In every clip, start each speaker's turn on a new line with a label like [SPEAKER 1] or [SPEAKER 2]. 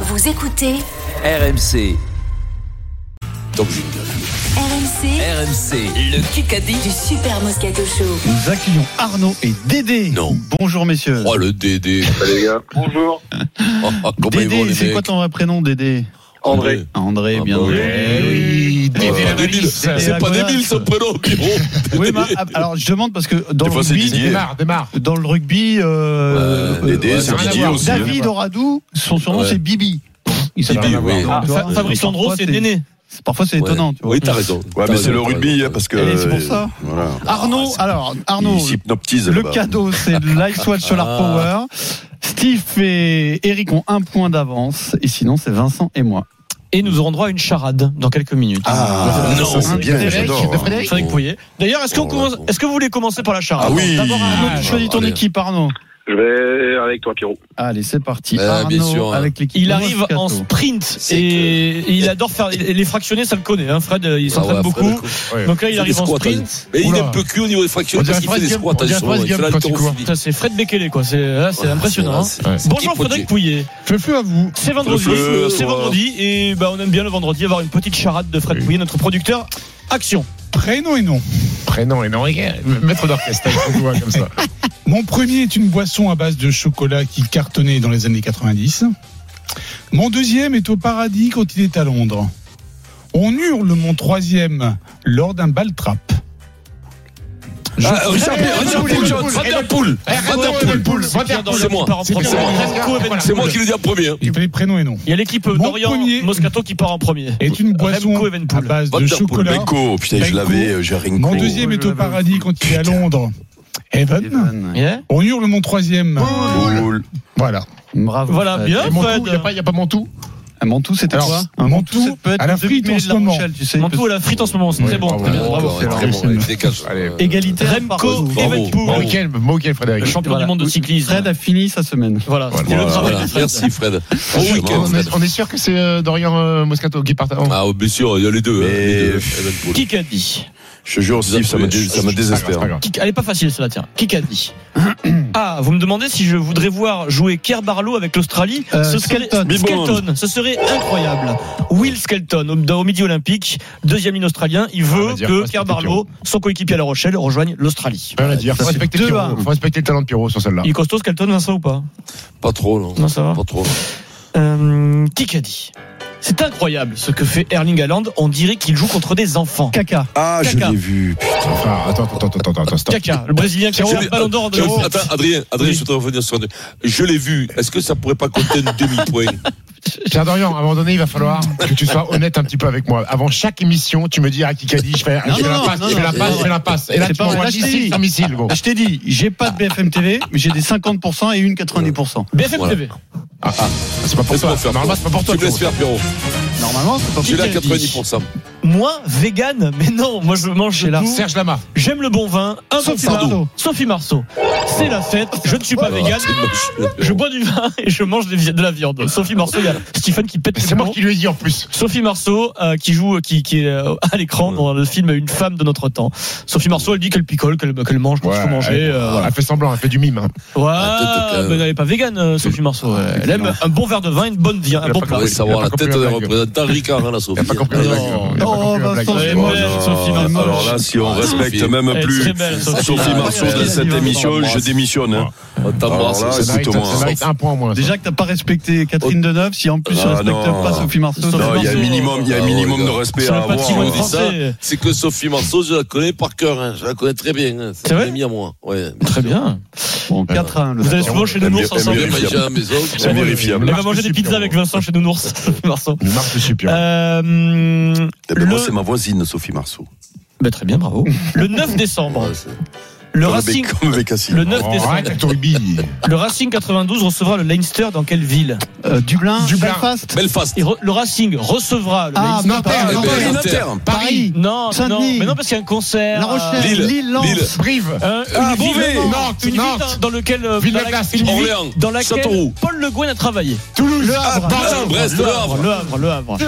[SPEAKER 1] Vous écoutez
[SPEAKER 2] RMC,
[SPEAKER 3] Donc j'ai une gueule.
[SPEAKER 1] RMC,
[SPEAKER 2] RMC, le Kikadi.
[SPEAKER 1] du Super Moscato Show.
[SPEAKER 4] Nous accueillons Arnaud et Dédé.
[SPEAKER 3] Non.
[SPEAKER 4] Bonjour messieurs.
[SPEAKER 3] Oh le Dédé.
[SPEAKER 5] Bonjour.
[SPEAKER 3] Oh, oh, comment ils vont
[SPEAKER 4] Dédé,
[SPEAKER 3] les
[SPEAKER 4] c'est
[SPEAKER 3] mecs
[SPEAKER 4] quoi ton vrai prénom Dédé
[SPEAKER 5] André.
[SPEAKER 4] Ah, André,
[SPEAKER 3] Ah,
[SPEAKER 4] bien Eh
[SPEAKER 3] bah oui.
[SPEAKER 4] entendu.
[SPEAKER 6] Oui,
[SPEAKER 3] Oh,
[SPEAKER 6] Dédé la
[SPEAKER 3] débile.
[SPEAKER 6] valise.
[SPEAKER 3] C'est
[SPEAKER 4] la
[SPEAKER 3] pas
[SPEAKER 4] connasse.
[SPEAKER 3] débile son prénom, Pierrot.
[SPEAKER 4] Oui, mais, ah, alors je demande parce que dans
[SPEAKER 3] bah, Des
[SPEAKER 4] le
[SPEAKER 3] fois, c'est
[SPEAKER 4] rugby,
[SPEAKER 3] Didier.
[SPEAKER 6] Démarre, démarre.
[SPEAKER 4] dans le rugby, euh,
[SPEAKER 3] Ouais, Dédé,
[SPEAKER 4] euh,
[SPEAKER 6] c'est Didier
[SPEAKER 4] David
[SPEAKER 6] aussi, hein.
[SPEAKER 4] David Oradou, son surnom
[SPEAKER 3] Ouais.
[SPEAKER 4] c'est Bibi. Il s'appelle
[SPEAKER 3] Bibi,
[SPEAKER 4] Oradou,
[SPEAKER 3] oui.
[SPEAKER 4] tu vois.
[SPEAKER 7] Ah, Fa- Fabrice
[SPEAKER 4] Parfois,
[SPEAKER 7] Andro, c'est Néné.
[SPEAKER 4] Parfois c'est
[SPEAKER 3] Ouais. Ah,
[SPEAKER 4] étonnant. Tu vois.
[SPEAKER 3] Oui, t'as raison.
[SPEAKER 8] Ouais,
[SPEAKER 3] T'as
[SPEAKER 8] mais c'est
[SPEAKER 3] raison,
[SPEAKER 8] le
[SPEAKER 3] t'as
[SPEAKER 8] rugby,
[SPEAKER 3] raison.
[SPEAKER 8] hein, parce que.
[SPEAKER 4] Et c'est pour ça.
[SPEAKER 8] Voilà.
[SPEAKER 4] Arnaud, alors Arnaud,
[SPEAKER 8] Il s'hypnotise.
[SPEAKER 4] le
[SPEAKER 8] là-bas.
[SPEAKER 4] cadeau c'est de l'Ice Watch Solar
[SPEAKER 3] Ah.
[SPEAKER 4] Power. Steve et Eric ont un point d'avance et sinon c'est Vincent et moi.
[SPEAKER 7] Et nous aurons droit à une charade dans quelques minutes.
[SPEAKER 8] Ah,
[SPEAKER 3] Non,
[SPEAKER 8] ça, c'est bien,
[SPEAKER 7] Frédéric,
[SPEAKER 8] j'adore.
[SPEAKER 7] de Frédéric
[SPEAKER 3] hein.
[SPEAKER 7] Pouillet. D'ailleurs, est-ce qu'on
[SPEAKER 3] Oh,
[SPEAKER 7] commence-
[SPEAKER 3] bon.
[SPEAKER 7] est-ce que vous voulez commencer par la charade
[SPEAKER 8] Ah oui.
[SPEAKER 4] D'abord Arnaud,
[SPEAKER 7] Ah,
[SPEAKER 4] tu choisis ton
[SPEAKER 3] allez.
[SPEAKER 4] équipe Arnaud.
[SPEAKER 5] Je vais avec toi, Pierrot.
[SPEAKER 4] Allez, c'est parti.
[SPEAKER 3] Ah,
[SPEAKER 4] Arnaud
[SPEAKER 3] bien sûr, hein.
[SPEAKER 4] avec l'équipe.
[SPEAKER 7] Il arrive
[SPEAKER 4] Moscato.
[SPEAKER 7] en sprint
[SPEAKER 3] C'est
[SPEAKER 7] et il adore faire les fractionnés, ça le connaît. Hein, Fred, il
[SPEAKER 3] Ah ouais,
[SPEAKER 7] s'entraîne
[SPEAKER 3] Fred,
[SPEAKER 7] beaucoup. Donc là,
[SPEAKER 3] Il fait
[SPEAKER 7] il
[SPEAKER 3] des
[SPEAKER 7] arrive en
[SPEAKER 3] squats, hein.
[SPEAKER 7] sprint.
[SPEAKER 3] Mais il est
[SPEAKER 6] Oula.
[SPEAKER 3] un peu cul au niveau des fractions
[SPEAKER 6] On
[SPEAKER 3] parce
[SPEAKER 6] dirait
[SPEAKER 3] qu'il fait
[SPEAKER 6] Fred
[SPEAKER 3] des
[SPEAKER 6] Gump,
[SPEAKER 3] squats
[SPEAKER 6] on
[SPEAKER 3] à
[SPEAKER 6] dirait
[SPEAKER 3] son
[SPEAKER 6] Fred
[SPEAKER 3] il fait
[SPEAKER 6] Gump
[SPEAKER 3] là le
[SPEAKER 6] quand il
[SPEAKER 3] tour
[SPEAKER 6] court.
[SPEAKER 3] au fil.
[SPEAKER 7] Ça, c'est Fred Bekele, quoi. C'est là, c'est
[SPEAKER 3] Ouais,
[SPEAKER 7] impressionnant. hein.
[SPEAKER 3] c'est-
[SPEAKER 6] Ouais.
[SPEAKER 3] c'est-
[SPEAKER 7] Bonjour
[SPEAKER 3] Petit
[SPEAKER 7] Frédéric
[SPEAKER 3] potier.
[SPEAKER 7] Pouillet.
[SPEAKER 6] Fleu-fleu à vous.
[SPEAKER 7] C'est vendredi, Euh,
[SPEAKER 3] Fleu-fleu,
[SPEAKER 7] c'est
[SPEAKER 3] toi.
[SPEAKER 7] vendredi et bah, on aime bien le vendredi avoir une petite charade de Fred
[SPEAKER 6] Oui.
[SPEAKER 7] Pouillet, notre producteur. Action.
[SPEAKER 9] Prénom et nom.
[SPEAKER 6] Prénom et nom. regarde, Maître d'orchestre, on voit comme ça.
[SPEAKER 9] Mon premier est une boisson à base de chocolat qui cartonnait dans les années 90. Mon deuxième est au paradis quand il est à Londres. On hurle mon troisième lors d'un bal trap.
[SPEAKER 3] Ah, Richard Poul,
[SPEAKER 6] Eh,
[SPEAKER 3] Richard Poul,
[SPEAKER 6] Poul, Poul,
[SPEAKER 3] Poul,
[SPEAKER 6] Poul,
[SPEAKER 3] Richard Poul.
[SPEAKER 6] Eh, Radar
[SPEAKER 3] Radar Poul.
[SPEAKER 6] Poul, Poul, Radar Poul.
[SPEAKER 3] C'est moi.
[SPEAKER 7] Qui part en
[SPEAKER 6] C'est-
[SPEAKER 7] premier.
[SPEAKER 6] c'est moi.
[SPEAKER 7] Radko Evenpool.
[SPEAKER 3] C'est moi qui le dis en premier. hein.
[SPEAKER 9] Il fallait prénom et nom.
[SPEAKER 7] Il y a l'équipe
[SPEAKER 9] Mon
[SPEAKER 7] d'Orient
[SPEAKER 9] premier-
[SPEAKER 7] Moscato qui part en premier.
[SPEAKER 9] Est une boisson
[SPEAKER 7] Remco
[SPEAKER 9] à
[SPEAKER 7] Evenepoel.
[SPEAKER 9] base de
[SPEAKER 3] Vanderpool,
[SPEAKER 9] chocolat.
[SPEAKER 8] Benko, putain, je
[SPEAKER 9] Benko.
[SPEAKER 8] l'avais, euh, j'ai Ringo.
[SPEAKER 9] Mon deuxième est au paradis quand il est à Londres. Evan.
[SPEAKER 4] Evan.
[SPEAKER 7] Yeah.
[SPEAKER 9] On hurle mon troisième.
[SPEAKER 8] Poul.
[SPEAKER 9] Voilà.
[SPEAKER 4] Bravo.
[SPEAKER 7] Voilà, bien.
[SPEAKER 6] Et mon
[SPEAKER 7] Fred.
[SPEAKER 6] tout, Il n'y a pas- il y a pas mon tout
[SPEAKER 4] Un Mantou, c'était
[SPEAKER 9] Alors,
[SPEAKER 4] quoi
[SPEAKER 9] un Mantoue
[SPEAKER 4] ça peut être
[SPEAKER 9] à la
[SPEAKER 4] le
[SPEAKER 9] frite
[SPEAKER 4] demi-mêlée
[SPEAKER 9] en
[SPEAKER 4] de
[SPEAKER 9] ce
[SPEAKER 4] La
[SPEAKER 9] moment.
[SPEAKER 4] Rochelle, tu sais,
[SPEAKER 7] Mantou à la frite en ce moment, c'est
[SPEAKER 6] Oui,
[SPEAKER 7] très bon.
[SPEAKER 6] bravo.
[SPEAKER 7] très bien, bravo.
[SPEAKER 3] Encore,
[SPEAKER 6] Bravo.
[SPEAKER 3] très bon, il dégage.
[SPEAKER 6] Allez.
[SPEAKER 4] Égalité.
[SPEAKER 7] Remco
[SPEAKER 3] Bravo. Bravo.
[SPEAKER 7] Evenepoel,
[SPEAKER 6] Moquel, Moquel, Frédéric.
[SPEAKER 7] le champion du monde de cyclisme.
[SPEAKER 4] Fred a fini sa semaine.
[SPEAKER 7] Voilà, c'était
[SPEAKER 3] Voilà,
[SPEAKER 7] le travail
[SPEAKER 3] voilà.
[SPEAKER 7] de Fred.
[SPEAKER 3] Merci Fred. Bon
[SPEAKER 6] On-
[SPEAKER 3] week-end,
[SPEAKER 6] on,
[SPEAKER 3] Fred.
[SPEAKER 6] est, on est sûr que c'est euh, Dorian euh, Moscato qui part en-
[SPEAKER 3] Ah, bien sûr, il y a les deux. hein,
[SPEAKER 8] Mais-
[SPEAKER 3] les deux, Evan Poul.
[SPEAKER 7] Qui qu'a dit
[SPEAKER 8] Je te jure, Steve, ça me, dé- ça me
[SPEAKER 6] C'est pas grave,
[SPEAKER 8] désespère.
[SPEAKER 6] c'est pas grave.
[SPEAKER 7] Qui- Elle est pas facile celle-là, tiens. Qui qu'a dit Ah, vous me demandez si je voudrais voir jouer Kerr Barlow avec l'Australie
[SPEAKER 4] Euh,
[SPEAKER 7] Ce serait
[SPEAKER 4] Skelton.
[SPEAKER 7] Skelton, ce serait incroyable. Will Skelton, au, au midi olympique, deuxième in australien, il
[SPEAKER 6] on
[SPEAKER 7] veut
[SPEAKER 6] va dire,
[SPEAKER 7] que
[SPEAKER 6] respecter
[SPEAKER 7] Kerr Barlow, son coéquipier à La Rochelle, rejoigne l'Australie.
[SPEAKER 6] Rien à dire. Faut
[SPEAKER 4] Ça,
[SPEAKER 6] respecter
[SPEAKER 4] c'est
[SPEAKER 6] le
[SPEAKER 4] deux
[SPEAKER 6] Pierrot.
[SPEAKER 4] à un.
[SPEAKER 6] Faut respecter le talent de Pierrot sur celle-là.
[SPEAKER 7] Il est costaud Skelton, Vincent ou pas
[SPEAKER 3] Pas trop, non.
[SPEAKER 7] Non, ça va.
[SPEAKER 3] Pas trop.
[SPEAKER 7] Euh, qui qu'a dit C'est incroyable ce que fait Erling Haaland. On dirait qu'il joue contre des enfants.
[SPEAKER 4] Caca.
[SPEAKER 8] Ah, je
[SPEAKER 7] Caca.
[SPEAKER 8] l'ai vu.
[SPEAKER 6] Enfin, attends, attends, attends, attends, attends, stop.
[SPEAKER 7] Caca, le Brésilien qui a reçu
[SPEAKER 3] Je
[SPEAKER 7] le
[SPEAKER 3] l'ai-
[SPEAKER 7] ballon d'or de
[SPEAKER 3] je- Attends, Adrien, Adrien,
[SPEAKER 7] Oui.
[SPEAKER 3] je voudrais revenir sur un truc. Je l'ai vu. Est-ce que ça pourrait pas compter un demi-point
[SPEAKER 6] Pierre Dorian, à un moment donné, il va falloir que tu sois honnête un petit peu avec moi. Avant chaque émission, tu me dis à qui qu'a dit, je fais, je fais
[SPEAKER 4] non,
[SPEAKER 6] la
[SPEAKER 4] non,
[SPEAKER 6] passe,
[SPEAKER 4] non,
[SPEAKER 6] je fais la
[SPEAKER 4] non,
[SPEAKER 6] passe,
[SPEAKER 4] non.
[SPEAKER 6] je fais la passe. Et là,
[SPEAKER 4] C'est
[SPEAKER 6] tu
[SPEAKER 4] pas
[SPEAKER 6] m'envoies
[SPEAKER 4] vrai, je t'ai
[SPEAKER 6] missile
[SPEAKER 4] dit.
[SPEAKER 6] sur missile, gros.
[SPEAKER 4] Ah, je t'ai dit, j'ai pas de BFM TV, mais j'ai des 50% et une 90%.
[SPEAKER 7] BFM
[SPEAKER 3] Voilà.
[SPEAKER 7] TV.
[SPEAKER 6] Ah, ah, c'est pas pour
[SPEAKER 3] Laisse-moi
[SPEAKER 6] toi.
[SPEAKER 3] faire,
[SPEAKER 6] Normalement,
[SPEAKER 3] Pierrot.
[SPEAKER 6] c'est pas pour toi.
[SPEAKER 3] Tu me laisses faire, Pierrot.
[SPEAKER 4] Normalement, c'est pas
[SPEAKER 3] J'ai
[SPEAKER 4] possible.
[SPEAKER 3] là
[SPEAKER 7] qu'a dit
[SPEAKER 3] 90%.
[SPEAKER 7] Moi, vegan, mais non, moi je mange de
[SPEAKER 6] Pierrot.
[SPEAKER 7] tout.
[SPEAKER 6] Serge Lama.
[SPEAKER 7] J'aime le bon vin, un bon
[SPEAKER 4] Sophie
[SPEAKER 7] plat.
[SPEAKER 4] Marceau.
[SPEAKER 7] Sophie Marceau. C'est la fête, je ne suis pas
[SPEAKER 3] Ah,
[SPEAKER 7] vegan.
[SPEAKER 3] c'est moche, Pierrot.
[SPEAKER 7] Je bois du vin et je mange des vi- de la viande. Sophie Marceau, il y a Stephen qui pète
[SPEAKER 6] C'est
[SPEAKER 7] ses
[SPEAKER 6] moi
[SPEAKER 7] plombs.
[SPEAKER 6] qui lui ai dit en plus.
[SPEAKER 7] Sophie Marceau euh, qui joue, qui, qui est euh, à l'écran dans le film Une femme de notre temps. Sophie Marceau, elle dit qu'elle picole, qu'elle qu'elle mange, qu'elle
[SPEAKER 6] Ouais,
[SPEAKER 7] faut manger.
[SPEAKER 6] elle-
[SPEAKER 7] euh, voilà.
[SPEAKER 6] Elle fait semblant, elle fait du mime. hein.
[SPEAKER 3] Ah,
[SPEAKER 7] Ouais,
[SPEAKER 3] peut-être, euh,
[SPEAKER 7] mais elle n'est pas végane, euh, Sophie Marceau.
[SPEAKER 6] Ouais,
[SPEAKER 7] Elle aime un bon verre de vin, une bonne viande, un
[SPEAKER 6] Elle a
[SPEAKER 7] bon
[SPEAKER 6] pas
[SPEAKER 7] plat.
[SPEAKER 3] Vous
[SPEAKER 6] compris.
[SPEAKER 3] voulez savoir
[SPEAKER 6] Il a
[SPEAKER 3] la
[SPEAKER 6] pas
[SPEAKER 3] tête
[SPEAKER 6] compris
[SPEAKER 3] des
[SPEAKER 6] la blague.
[SPEAKER 3] représentants Ricard, hein, la Sophie.
[SPEAKER 6] Il a pas compris la
[SPEAKER 3] Ah, non.
[SPEAKER 6] blague. Il a pas
[SPEAKER 4] Oh,
[SPEAKER 6] compris la
[SPEAKER 4] Vincent,
[SPEAKER 6] blague.
[SPEAKER 7] Elle est
[SPEAKER 8] Oh,
[SPEAKER 7] belle,
[SPEAKER 8] non.
[SPEAKER 7] Sophie Marceau.
[SPEAKER 8] Alors là, si on
[SPEAKER 3] Ah,
[SPEAKER 8] respecte
[SPEAKER 3] Sophie.
[SPEAKER 8] même
[SPEAKER 7] Elle est
[SPEAKER 8] plus
[SPEAKER 7] très belle, Sophie.
[SPEAKER 8] Sophie Marceau
[SPEAKER 3] Ah,
[SPEAKER 8] dans cette
[SPEAKER 4] vas-y,
[SPEAKER 8] émission,
[SPEAKER 3] vas-y.
[SPEAKER 8] je démissionne. hein.
[SPEAKER 3] On t'embrasse.
[SPEAKER 8] Alors là,
[SPEAKER 6] Ça mérite-
[SPEAKER 8] écoute-moi.
[SPEAKER 6] ça mérite un point en moins. ça.
[SPEAKER 4] Déjà que t'as pas respecté Catherine Deneuve, si en plus on
[SPEAKER 8] Ah,
[SPEAKER 4] respecte
[SPEAKER 8] non.
[SPEAKER 4] pas Sophie Marceau,
[SPEAKER 7] Sophie
[SPEAKER 4] c'est
[SPEAKER 8] Non, il y a un
[SPEAKER 7] Marceau.
[SPEAKER 8] minimum, il y a un
[SPEAKER 3] Ah,
[SPEAKER 8] minimum
[SPEAKER 3] ouais,
[SPEAKER 8] de
[SPEAKER 3] gars.
[SPEAKER 8] respect
[SPEAKER 7] Sur
[SPEAKER 8] à
[SPEAKER 7] le
[SPEAKER 8] avoir.
[SPEAKER 7] patrimoine
[SPEAKER 8] hein.
[SPEAKER 3] dit ça.
[SPEAKER 7] français.
[SPEAKER 3] C'est que Sophie Marceau, je la connais par cœur. hein. Je la connais très bien. hein.
[SPEAKER 7] C'est
[SPEAKER 3] une
[SPEAKER 7] vrai
[SPEAKER 3] amie à moi. Ouais,
[SPEAKER 7] Très bien.
[SPEAKER 4] bon, 4 à 1. Le
[SPEAKER 7] Vous allez
[SPEAKER 4] score.
[SPEAKER 7] souvent chez
[SPEAKER 8] T'aimes
[SPEAKER 7] Nounours
[SPEAKER 8] bien- t'aimes
[SPEAKER 7] ensemble.
[SPEAKER 3] Bien
[SPEAKER 8] bien
[SPEAKER 3] mangé à la maison.
[SPEAKER 8] C'est vérifiable.
[SPEAKER 7] Elle va
[SPEAKER 6] Marche
[SPEAKER 7] manger des
[SPEAKER 6] dessus,
[SPEAKER 7] pizzas
[SPEAKER 6] Pierrot.
[SPEAKER 7] avec Vincent chez Nounours, Sophie Marceau.
[SPEAKER 6] Une marque de supérieur.
[SPEAKER 7] Ah. Euh,
[SPEAKER 8] Eh ben, Moi,
[SPEAKER 7] le-
[SPEAKER 8] c'est ma voisine, Sophie Marceau.
[SPEAKER 7] Bah, très bien, bravo. Le 9 décembre,
[SPEAKER 3] Ouais, c'est-
[SPEAKER 7] le
[SPEAKER 8] Comme
[SPEAKER 7] Racing,
[SPEAKER 8] avec- Comme avec Cassie.
[SPEAKER 7] le 9
[SPEAKER 6] Oh,
[SPEAKER 7] décembre,
[SPEAKER 6] arrête avec ton rugby.
[SPEAKER 7] le Racing 92 recevra le Leinster dans quelle ville
[SPEAKER 4] Euh, Dublin,
[SPEAKER 6] Dublin.
[SPEAKER 4] Belfast,
[SPEAKER 3] Belfast.
[SPEAKER 7] Et re- Le Racing recevra le
[SPEAKER 4] Ah,
[SPEAKER 7] Leinster.
[SPEAKER 4] Nanterre,
[SPEAKER 6] Nanterre,
[SPEAKER 3] Eh ben,
[SPEAKER 6] Nanterre,
[SPEAKER 3] Nanterre.
[SPEAKER 4] Paris,
[SPEAKER 7] Non, mais non,
[SPEAKER 4] Saint-Denis.
[SPEAKER 7] mais non, parce qu'il y a un concert.
[SPEAKER 4] La Rochelle,
[SPEAKER 3] Lille,
[SPEAKER 4] Lille, Lens.
[SPEAKER 3] Lille.
[SPEAKER 6] Brive.
[SPEAKER 7] Euh, une
[SPEAKER 3] Ah,
[SPEAKER 7] ville,
[SPEAKER 3] Beauvais,
[SPEAKER 7] dans-
[SPEAKER 6] Nantes,
[SPEAKER 7] une ville
[SPEAKER 6] Nantes.
[SPEAKER 7] dans- dans lequel euh, dans, la-
[SPEAKER 6] Villeneuve-Las,
[SPEAKER 7] une ville
[SPEAKER 3] Orléans,
[SPEAKER 7] dans laquelle
[SPEAKER 3] Châteauroux.
[SPEAKER 7] Paul Le Gouin a travaillé.
[SPEAKER 6] Toulouse.
[SPEAKER 4] Le Havre.
[SPEAKER 6] Bordeaux.
[SPEAKER 3] Bordeaux, Ah, Brest,
[SPEAKER 7] Le
[SPEAKER 3] Le
[SPEAKER 7] Havre,
[SPEAKER 3] Havre. Ah,
[SPEAKER 7] le Havre, le Havre.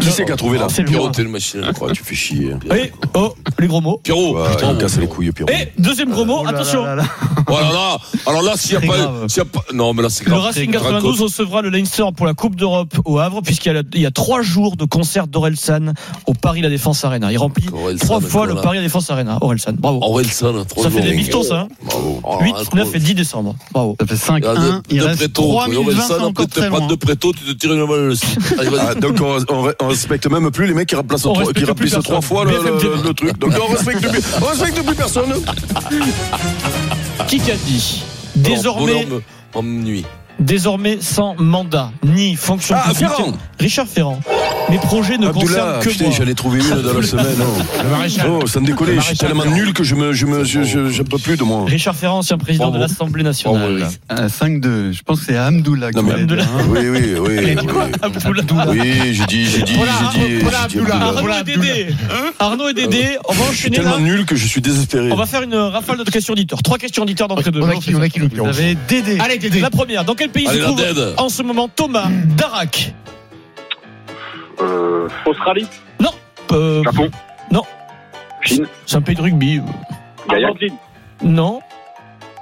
[SPEAKER 8] Qui c'est qui a trouvé la
[SPEAKER 7] C'est le
[SPEAKER 3] Pierrot,
[SPEAKER 7] Havre.
[SPEAKER 3] t'es le machine.
[SPEAKER 8] Quoi, tu fais chier.
[SPEAKER 7] Et oh, les gros mots.
[SPEAKER 3] hein. Pierrot,
[SPEAKER 8] Ouais,
[SPEAKER 3] putain,
[SPEAKER 8] il me casse les couilles, Pierrot.
[SPEAKER 7] Et deuxième gros mot,
[SPEAKER 4] Oh là là
[SPEAKER 7] attention.
[SPEAKER 4] là là.
[SPEAKER 3] Oh là là Alors là, s'il n'y
[SPEAKER 4] C'est
[SPEAKER 3] a pas.
[SPEAKER 4] grave.
[SPEAKER 3] s'il y a pas- Non, mais là, c'est
[SPEAKER 7] Le
[SPEAKER 3] grave.
[SPEAKER 7] Racing
[SPEAKER 3] Raconte.
[SPEAKER 7] 92 recevra le Leinster pour la Coupe d'Europe au Havre, puisqu'il y, a- il y a trois jours de concert d'Orelsan au Paris La Défense Arena. Il remplit
[SPEAKER 8] Orelsan,
[SPEAKER 7] trois fois le
[SPEAKER 8] voilà.
[SPEAKER 7] Paris La Défense Arena. Orelsan, bravo.
[SPEAKER 3] Oh,
[SPEAKER 8] Orelsan, trop
[SPEAKER 7] Ça fait des
[SPEAKER 8] jours.
[SPEAKER 7] bifetons, ça. hein.
[SPEAKER 8] Bravo.
[SPEAKER 7] 8, 9 et 10 décembre. Bravo.
[SPEAKER 4] Ça fait 5
[SPEAKER 8] Ah, de-
[SPEAKER 4] 1 Hein, Il
[SPEAKER 3] De
[SPEAKER 4] reste
[SPEAKER 3] préto,
[SPEAKER 4] 3 minutes 20,
[SPEAKER 3] Orelsan,
[SPEAKER 4] c'est
[SPEAKER 3] après,
[SPEAKER 4] encore
[SPEAKER 3] t'es
[SPEAKER 4] très
[SPEAKER 3] pas
[SPEAKER 4] loin.
[SPEAKER 3] de préto, tu te tires une balle aussi. Allez, vas-y.
[SPEAKER 8] Ah, donc on, on- on respecte même plus les mecs qui remplacent,
[SPEAKER 7] On
[SPEAKER 8] trois-
[SPEAKER 7] respecte
[SPEAKER 8] qui
[SPEAKER 7] plus
[SPEAKER 8] remplissent
[SPEAKER 7] personne.
[SPEAKER 8] trois fois le,
[SPEAKER 7] BFM TV.
[SPEAKER 8] le- le truc. Donc on respecte plus, on respecte plus personne.
[SPEAKER 7] Qui qu'a dit
[SPEAKER 3] Alors,
[SPEAKER 7] Désormais,
[SPEAKER 3] bonhomme, ennui.
[SPEAKER 7] désormais sans mandat ni fonction
[SPEAKER 8] Ah,
[SPEAKER 7] publique.
[SPEAKER 8] Ferrand.
[SPEAKER 7] Richard Ferrand. Mes projets ne concernent
[SPEAKER 8] Abdullah,
[SPEAKER 7] que
[SPEAKER 8] putain,
[SPEAKER 7] moi.
[SPEAKER 8] j'allais trouver une dans la semaine.
[SPEAKER 6] Le maréchal.
[SPEAKER 8] Non, oh, sans déconner, je suis
[SPEAKER 6] Maréchal
[SPEAKER 8] tellement
[SPEAKER 6] Ferrand.
[SPEAKER 8] nul que je me, je me, je, je- je peux plus de moi.
[SPEAKER 7] Richard Ferrand, ancien président de
[SPEAKER 3] Bravo.
[SPEAKER 7] l'Assemblée nationale.
[SPEAKER 3] Bravo,
[SPEAKER 4] Euh, 5-2. Je pense que c'est Hamdoullah qui
[SPEAKER 8] Non, mais
[SPEAKER 4] l'a dit,
[SPEAKER 7] Hamdoullah.
[SPEAKER 4] hein.
[SPEAKER 8] Oui, oui, oui.
[SPEAKER 7] Abdullah.
[SPEAKER 8] Oui, oui j'ai dit, j'ai dit,
[SPEAKER 6] Voilà,
[SPEAKER 8] j'ai dit.
[SPEAKER 6] voilà,
[SPEAKER 8] j'ai dit
[SPEAKER 6] Abdullah.
[SPEAKER 8] Abdullah.
[SPEAKER 7] Arnaud et Dédé. Hein Arnaud et Dédé, on va
[SPEAKER 8] Je suis
[SPEAKER 7] enchaîner là.
[SPEAKER 8] tellement nul que je suis désespéré.
[SPEAKER 7] hein. On va faire une rafale de questions auditeurs. Trois questions auditeurs d'entrée de
[SPEAKER 6] On
[SPEAKER 7] jeu.
[SPEAKER 6] a qui, on a qui, le Pierrot
[SPEAKER 4] Vous avez Dédé.
[SPEAKER 6] Allez, Dédé.
[SPEAKER 7] La première, dans quel pays
[SPEAKER 3] Allez,
[SPEAKER 7] se
[SPEAKER 3] la
[SPEAKER 7] trouve Oh,
[SPEAKER 3] dead.
[SPEAKER 7] en ce moment Thomas Darak
[SPEAKER 5] Euh, Australie,
[SPEAKER 7] Euh,
[SPEAKER 5] Japon,
[SPEAKER 7] C'est un pays de rugby.
[SPEAKER 5] Gaïa,
[SPEAKER 7] Non,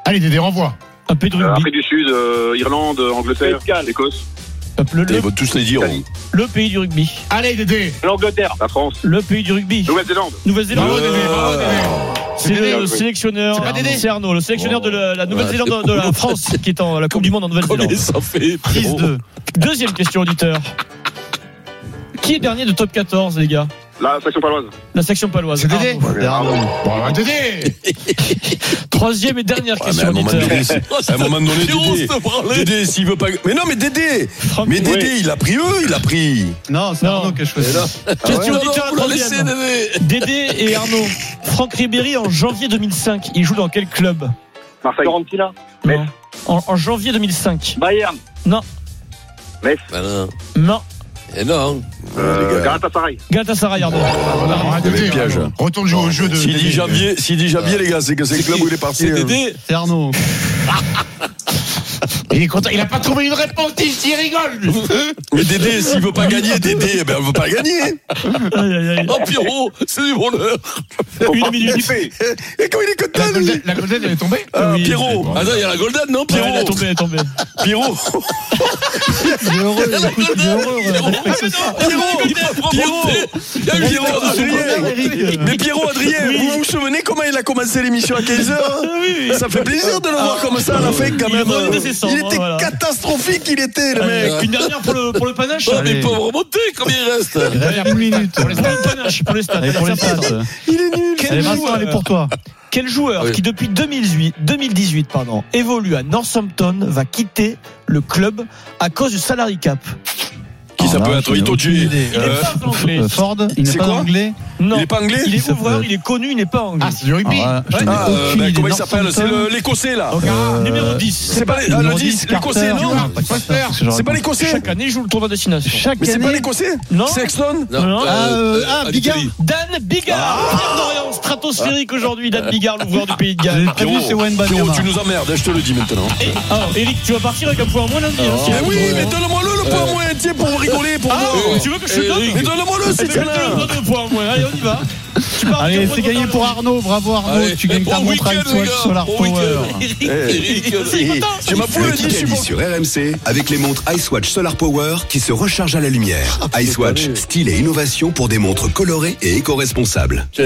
[SPEAKER 6] Allez, Dédé, renvoie.
[SPEAKER 7] un pays de
[SPEAKER 5] euh,
[SPEAKER 7] rugby.
[SPEAKER 5] Afrique du Sud, euh, Irlande, Angleterre, Écosse,
[SPEAKER 7] Le,
[SPEAKER 8] Ils
[SPEAKER 7] le-
[SPEAKER 8] vont tous les dire.
[SPEAKER 5] Italie.
[SPEAKER 7] le pays du rugby.
[SPEAKER 6] Allez, Dédé.
[SPEAKER 5] l'Angleterre, la France,
[SPEAKER 7] Le pays du rugby.
[SPEAKER 5] Nouvelle-Zélande.
[SPEAKER 7] Nouvelle-Zélande.
[SPEAKER 6] Bravo, Dédé, bravo,
[SPEAKER 8] Ah,
[SPEAKER 6] Dédé.
[SPEAKER 7] C'est
[SPEAKER 6] Dédé,
[SPEAKER 7] le
[SPEAKER 6] oui.
[SPEAKER 7] sélectionneur.
[SPEAKER 6] C'est pas Dédé.
[SPEAKER 7] C'est Arnaud, le sélectionneur de la, la Nouvelle-Zélande,
[SPEAKER 3] Ouais,
[SPEAKER 7] de la France, qui est en la Coupe du Monde en Nouvelle-Zélande.
[SPEAKER 3] Combien ça fait Pierrot
[SPEAKER 4] 6-2.
[SPEAKER 7] Deuxième question, auditeur. Qui est dernier de top 14, les gars
[SPEAKER 5] La section paloise.
[SPEAKER 7] La section paloise.
[SPEAKER 6] C'est Dédé.
[SPEAKER 7] Arnaud.
[SPEAKER 4] C'est Arnaud.
[SPEAKER 6] Bon, alors, Dédé.
[SPEAKER 7] Troisième et dernière
[SPEAKER 8] Ouais, Ah, mais à
[SPEAKER 7] question,
[SPEAKER 8] un moment
[SPEAKER 7] auditeur.
[SPEAKER 8] donné, c'est- à un moment donné,
[SPEAKER 3] Pierrot
[SPEAKER 8] Dédé,
[SPEAKER 3] se branlait.
[SPEAKER 8] Dédé, s'il veut pas. Mais non, mais Dédé,
[SPEAKER 7] Franck-
[SPEAKER 8] mais Dédé, il a pris eux, il a pris.
[SPEAKER 4] Non, c'est
[SPEAKER 7] Non.
[SPEAKER 4] Arnaud qui a choisi.
[SPEAKER 7] Question
[SPEAKER 3] Non, non,
[SPEAKER 7] auditeur,
[SPEAKER 3] vous la
[SPEAKER 7] troisième.
[SPEAKER 3] laissez, Dédé.
[SPEAKER 7] Dédé et Arnaud. Franck Ribéry en janvier 2005. Il joue dans quel club
[SPEAKER 5] Marseille. Fiorentina. Metz.
[SPEAKER 7] Non. en, en janvier 2005.
[SPEAKER 5] Bayern.
[SPEAKER 8] Ah non.
[SPEAKER 7] Non.
[SPEAKER 8] Eh non.
[SPEAKER 5] Euh,
[SPEAKER 8] les gars.
[SPEAKER 5] Galatasaray.
[SPEAKER 7] Galatasaray Arnaud.
[SPEAKER 6] Voilà,
[SPEAKER 8] Il y avait
[SPEAKER 6] Dédé.
[SPEAKER 8] le piège.
[SPEAKER 6] Retourne jouer au jeu de.
[SPEAKER 8] S'il dit
[SPEAKER 6] Dédé.
[SPEAKER 8] janvier, s'il dit janvier, les gars, c'est que c'est le club où il est parti.
[SPEAKER 3] C'est
[SPEAKER 8] euh,
[SPEAKER 3] Dédé.
[SPEAKER 4] C'est Arnaud.
[SPEAKER 6] Il est content. Il a pas trouvé une réponse. Il il rigole. lui.
[SPEAKER 8] Mais Dédé, s'il veut pas gagner, Dédé, eh ben, on veut pas gagner.
[SPEAKER 7] Aïe, aïe, aïe.
[SPEAKER 3] Oh, Pierrot, c'est du bonheur.
[SPEAKER 7] Une minute.
[SPEAKER 8] Et comment il est
[SPEAKER 6] La
[SPEAKER 8] content, lui.
[SPEAKER 6] Golden, la Golden, elle est tombée.
[SPEAKER 8] Ah,
[SPEAKER 7] Oui.
[SPEAKER 8] Pierrot.
[SPEAKER 3] Ah non, il y a la Golden, non,
[SPEAKER 7] Ouais, elle est
[SPEAKER 3] Pierrot
[SPEAKER 7] tombée, elle est tombée.
[SPEAKER 8] Pierrot.
[SPEAKER 4] Il est heureux,
[SPEAKER 3] La
[SPEAKER 4] écoute, il est
[SPEAKER 3] Golden,
[SPEAKER 4] heureux.
[SPEAKER 3] Pierrot. Ah, mais non, Pierrot, il faut profiter. Il y a eu Pierrot,
[SPEAKER 8] Pierrot, Adrien.
[SPEAKER 4] Eric.
[SPEAKER 8] Mais Pierrot, Adrien, vous vous souvenez comment il a commencé l'émission à 15h Ça fait plaisir de le voir comme ça à la fin, quand
[SPEAKER 7] Il
[SPEAKER 8] même.
[SPEAKER 7] remontait ses cendres,
[SPEAKER 8] Il était
[SPEAKER 7] voilà.
[SPEAKER 8] catastrophique, il était, le mec.
[SPEAKER 7] Allez, Une dernière pour le, pour le panache.
[SPEAKER 3] Oh, mais
[SPEAKER 4] Ah, Allez.
[SPEAKER 3] ils peuvent remonter, combien il reste
[SPEAKER 4] Il reste une minute.
[SPEAKER 7] Pour les stats, pour le panache, pour les stats.
[SPEAKER 4] Allez, pour les
[SPEAKER 7] Allez, c'est important.
[SPEAKER 4] stats.
[SPEAKER 8] Il est nul.
[SPEAKER 4] Allez,
[SPEAKER 7] Quel
[SPEAKER 4] Vincent,
[SPEAKER 7] joueur,
[SPEAKER 4] elle est pour toi.
[SPEAKER 7] quel joueur
[SPEAKER 3] Oui.
[SPEAKER 7] qui depuis 2008, 2018 pardon, évolue à Northampton va quitter le club à cause du salary cap
[SPEAKER 8] Qui ça
[SPEAKER 4] Alors
[SPEAKER 8] peut
[SPEAKER 4] là,
[SPEAKER 8] être
[SPEAKER 4] j'ai
[SPEAKER 8] Itoji
[SPEAKER 4] aucune idée.
[SPEAKER 7] Il est pas anglais.
[SPEAKER 4] Euh, Ford, il n'est
[SPEAKER 8] C'est
[SPEAKER 4] pas
[SPEAKER 8] quoi
[SPEAKER 4] anglais.
[SPEAKER 7] Non,
[SPEAKER 8] Il est pas anglais
[SPEAKER 7] il est
[SPEAKER 4] Ça peut
[SPEAKER 7] ouvreur,
[SPEAKER 4] être.
[SPEAKER 7] il est connu, il n'est pas anglais.
[SPEAKER 6] Ah, c'est du rugby.
[SPEAKER 4] Ah, je n'ai
[SPEAKER 8] Ah, euh,
[SPEAKER 4] aucune
[SPEAKER 8] ben,
[SPEAKER 4] idée.
[SPEAKER 8] comment il s'appelle C'est
[SPEAKER 4] Northampton.
[SPEAKER 8] le- l'écossais, là.
[SPEAKER 7] Ah,
[SPEAKER 4] euh,
[SPEAKER 7] numéro 10.
[SPEAKER 8] C'est pas les- ah, le
[SPEAKER 4] Numéro
[SPEAKER 8] 10,
[SPEAKER 4] 10,
[SPEAKER 8] l'écossais,
[SPEAKER 4] Carter.
[SPEAKER 8] non
[SPEAKER 4] Non, pas Carter, ce genre
[SPEAKER 8] C'est pas
[SPEAKER 4] de-
[SPEAKER 8] l'écossais
[SPEAKER 7] Chaque année, il joue le tournoi destination.
[SPEAKER 8] Mais
[SPEAKER 4] Chaque
[SPEAKER 8] c'est pas
[SPEAKER 4] année.
[SPEAKER 8] l'écossais
[SPEAKER 7] Non.
[SPEAKER 8] Sexton
[SPEAKER 7] Non, non.
[SPEAKER 4] Ah, euh, ah,
[SPEAKER 3] à
[SPEAKER 4] Bigard.
[SPEAKER 3] l'Italie.
[SPEAKER 7] Dan Bigard,
[SPEAKER 8] Ah.
[SPEAKER 7] Pierre Dorian, stratosphérique aujourd'hui, Dan Bigard, l'ouvreur du pays de
[SPEAKER 4] J'ai
[SPEAKER 7] Galles.
[SPEAKER 4] prévu, Ah, c'est Wayne
[SPEAKER 8] Ah, Pierrot,
[SPEAKER 4] Banyama.
[SPEAKER 8] tu nous emmerdes, je te le dis maintenant.
[SPEAKER 7] Et- alors, Ah, Eric, tu vas partir avec un point en moins lundi. hein, si-
[SPEAKER 8] Mais Eh oui, mais donne-moi-le le point moyen, tiens, pour rigoler, pour
[SPEAKER 7] Ah,
[SPEAKER 8] voir.
[SPEAKER 7] tu veux que je te le
[SPEAKER 8] Mais
[SPEAKER 7] donne
[SPEAKER 8] donne-moi-le,
[SPEAKER 7] Je
[SPEAKER 8] c'est
[SPEAKER 7] te le
[SPEAKER 8] bien.
[SPEAKER 7] donne deux points en moins. Allez, on y va. Tu pars
[SPEAKER 4] Allez,
[SPEAKER 7] avec un
[SPEAKER 4] c'est
[SPEAKER 7] point
[SPEAKER 4] gagné
[SPEAKER 7] total.
[SPEAKER 4] pour Arnaud. Bravo Arnaud.
[SPEAKER 3] Allez,
[SPEAKER 4] Tu
[SPEAKER 3] et
[SPEAKER 4] gagnes
[SPEAKER 3] bon
[SPEAKER 4] ta montre
[SPEAKER 3] week-end,
[SPEAKER 4] avec
[SPEAKER 3] les
[SPEAKER 4] Swatch
[SPEAKER 3] gars,
[SPEAKER 4] Solar
[SPEAKER 3] bon
[SPEAKER 4] Power.
[SPEAKER 3] week-end.
[SPEAKER 8] Eh,
[SPEAKER 7] C'est content.
[SPEAKER 8] Tu m'as
[SPEAKER 10] Le
[SPEAKER 8] foulé, dis, je suis
[SPEAKER 10] Kikadi
[SPEAKER 8] bon.
[SPEAKER 10] sur RMC avec les montres Ice-Watch Solar Power qui se rechargent à la lumière. Ice-Watch, style et innovation pour des montres colorées et éco-responsables.
[SPEAKER 3] J'avais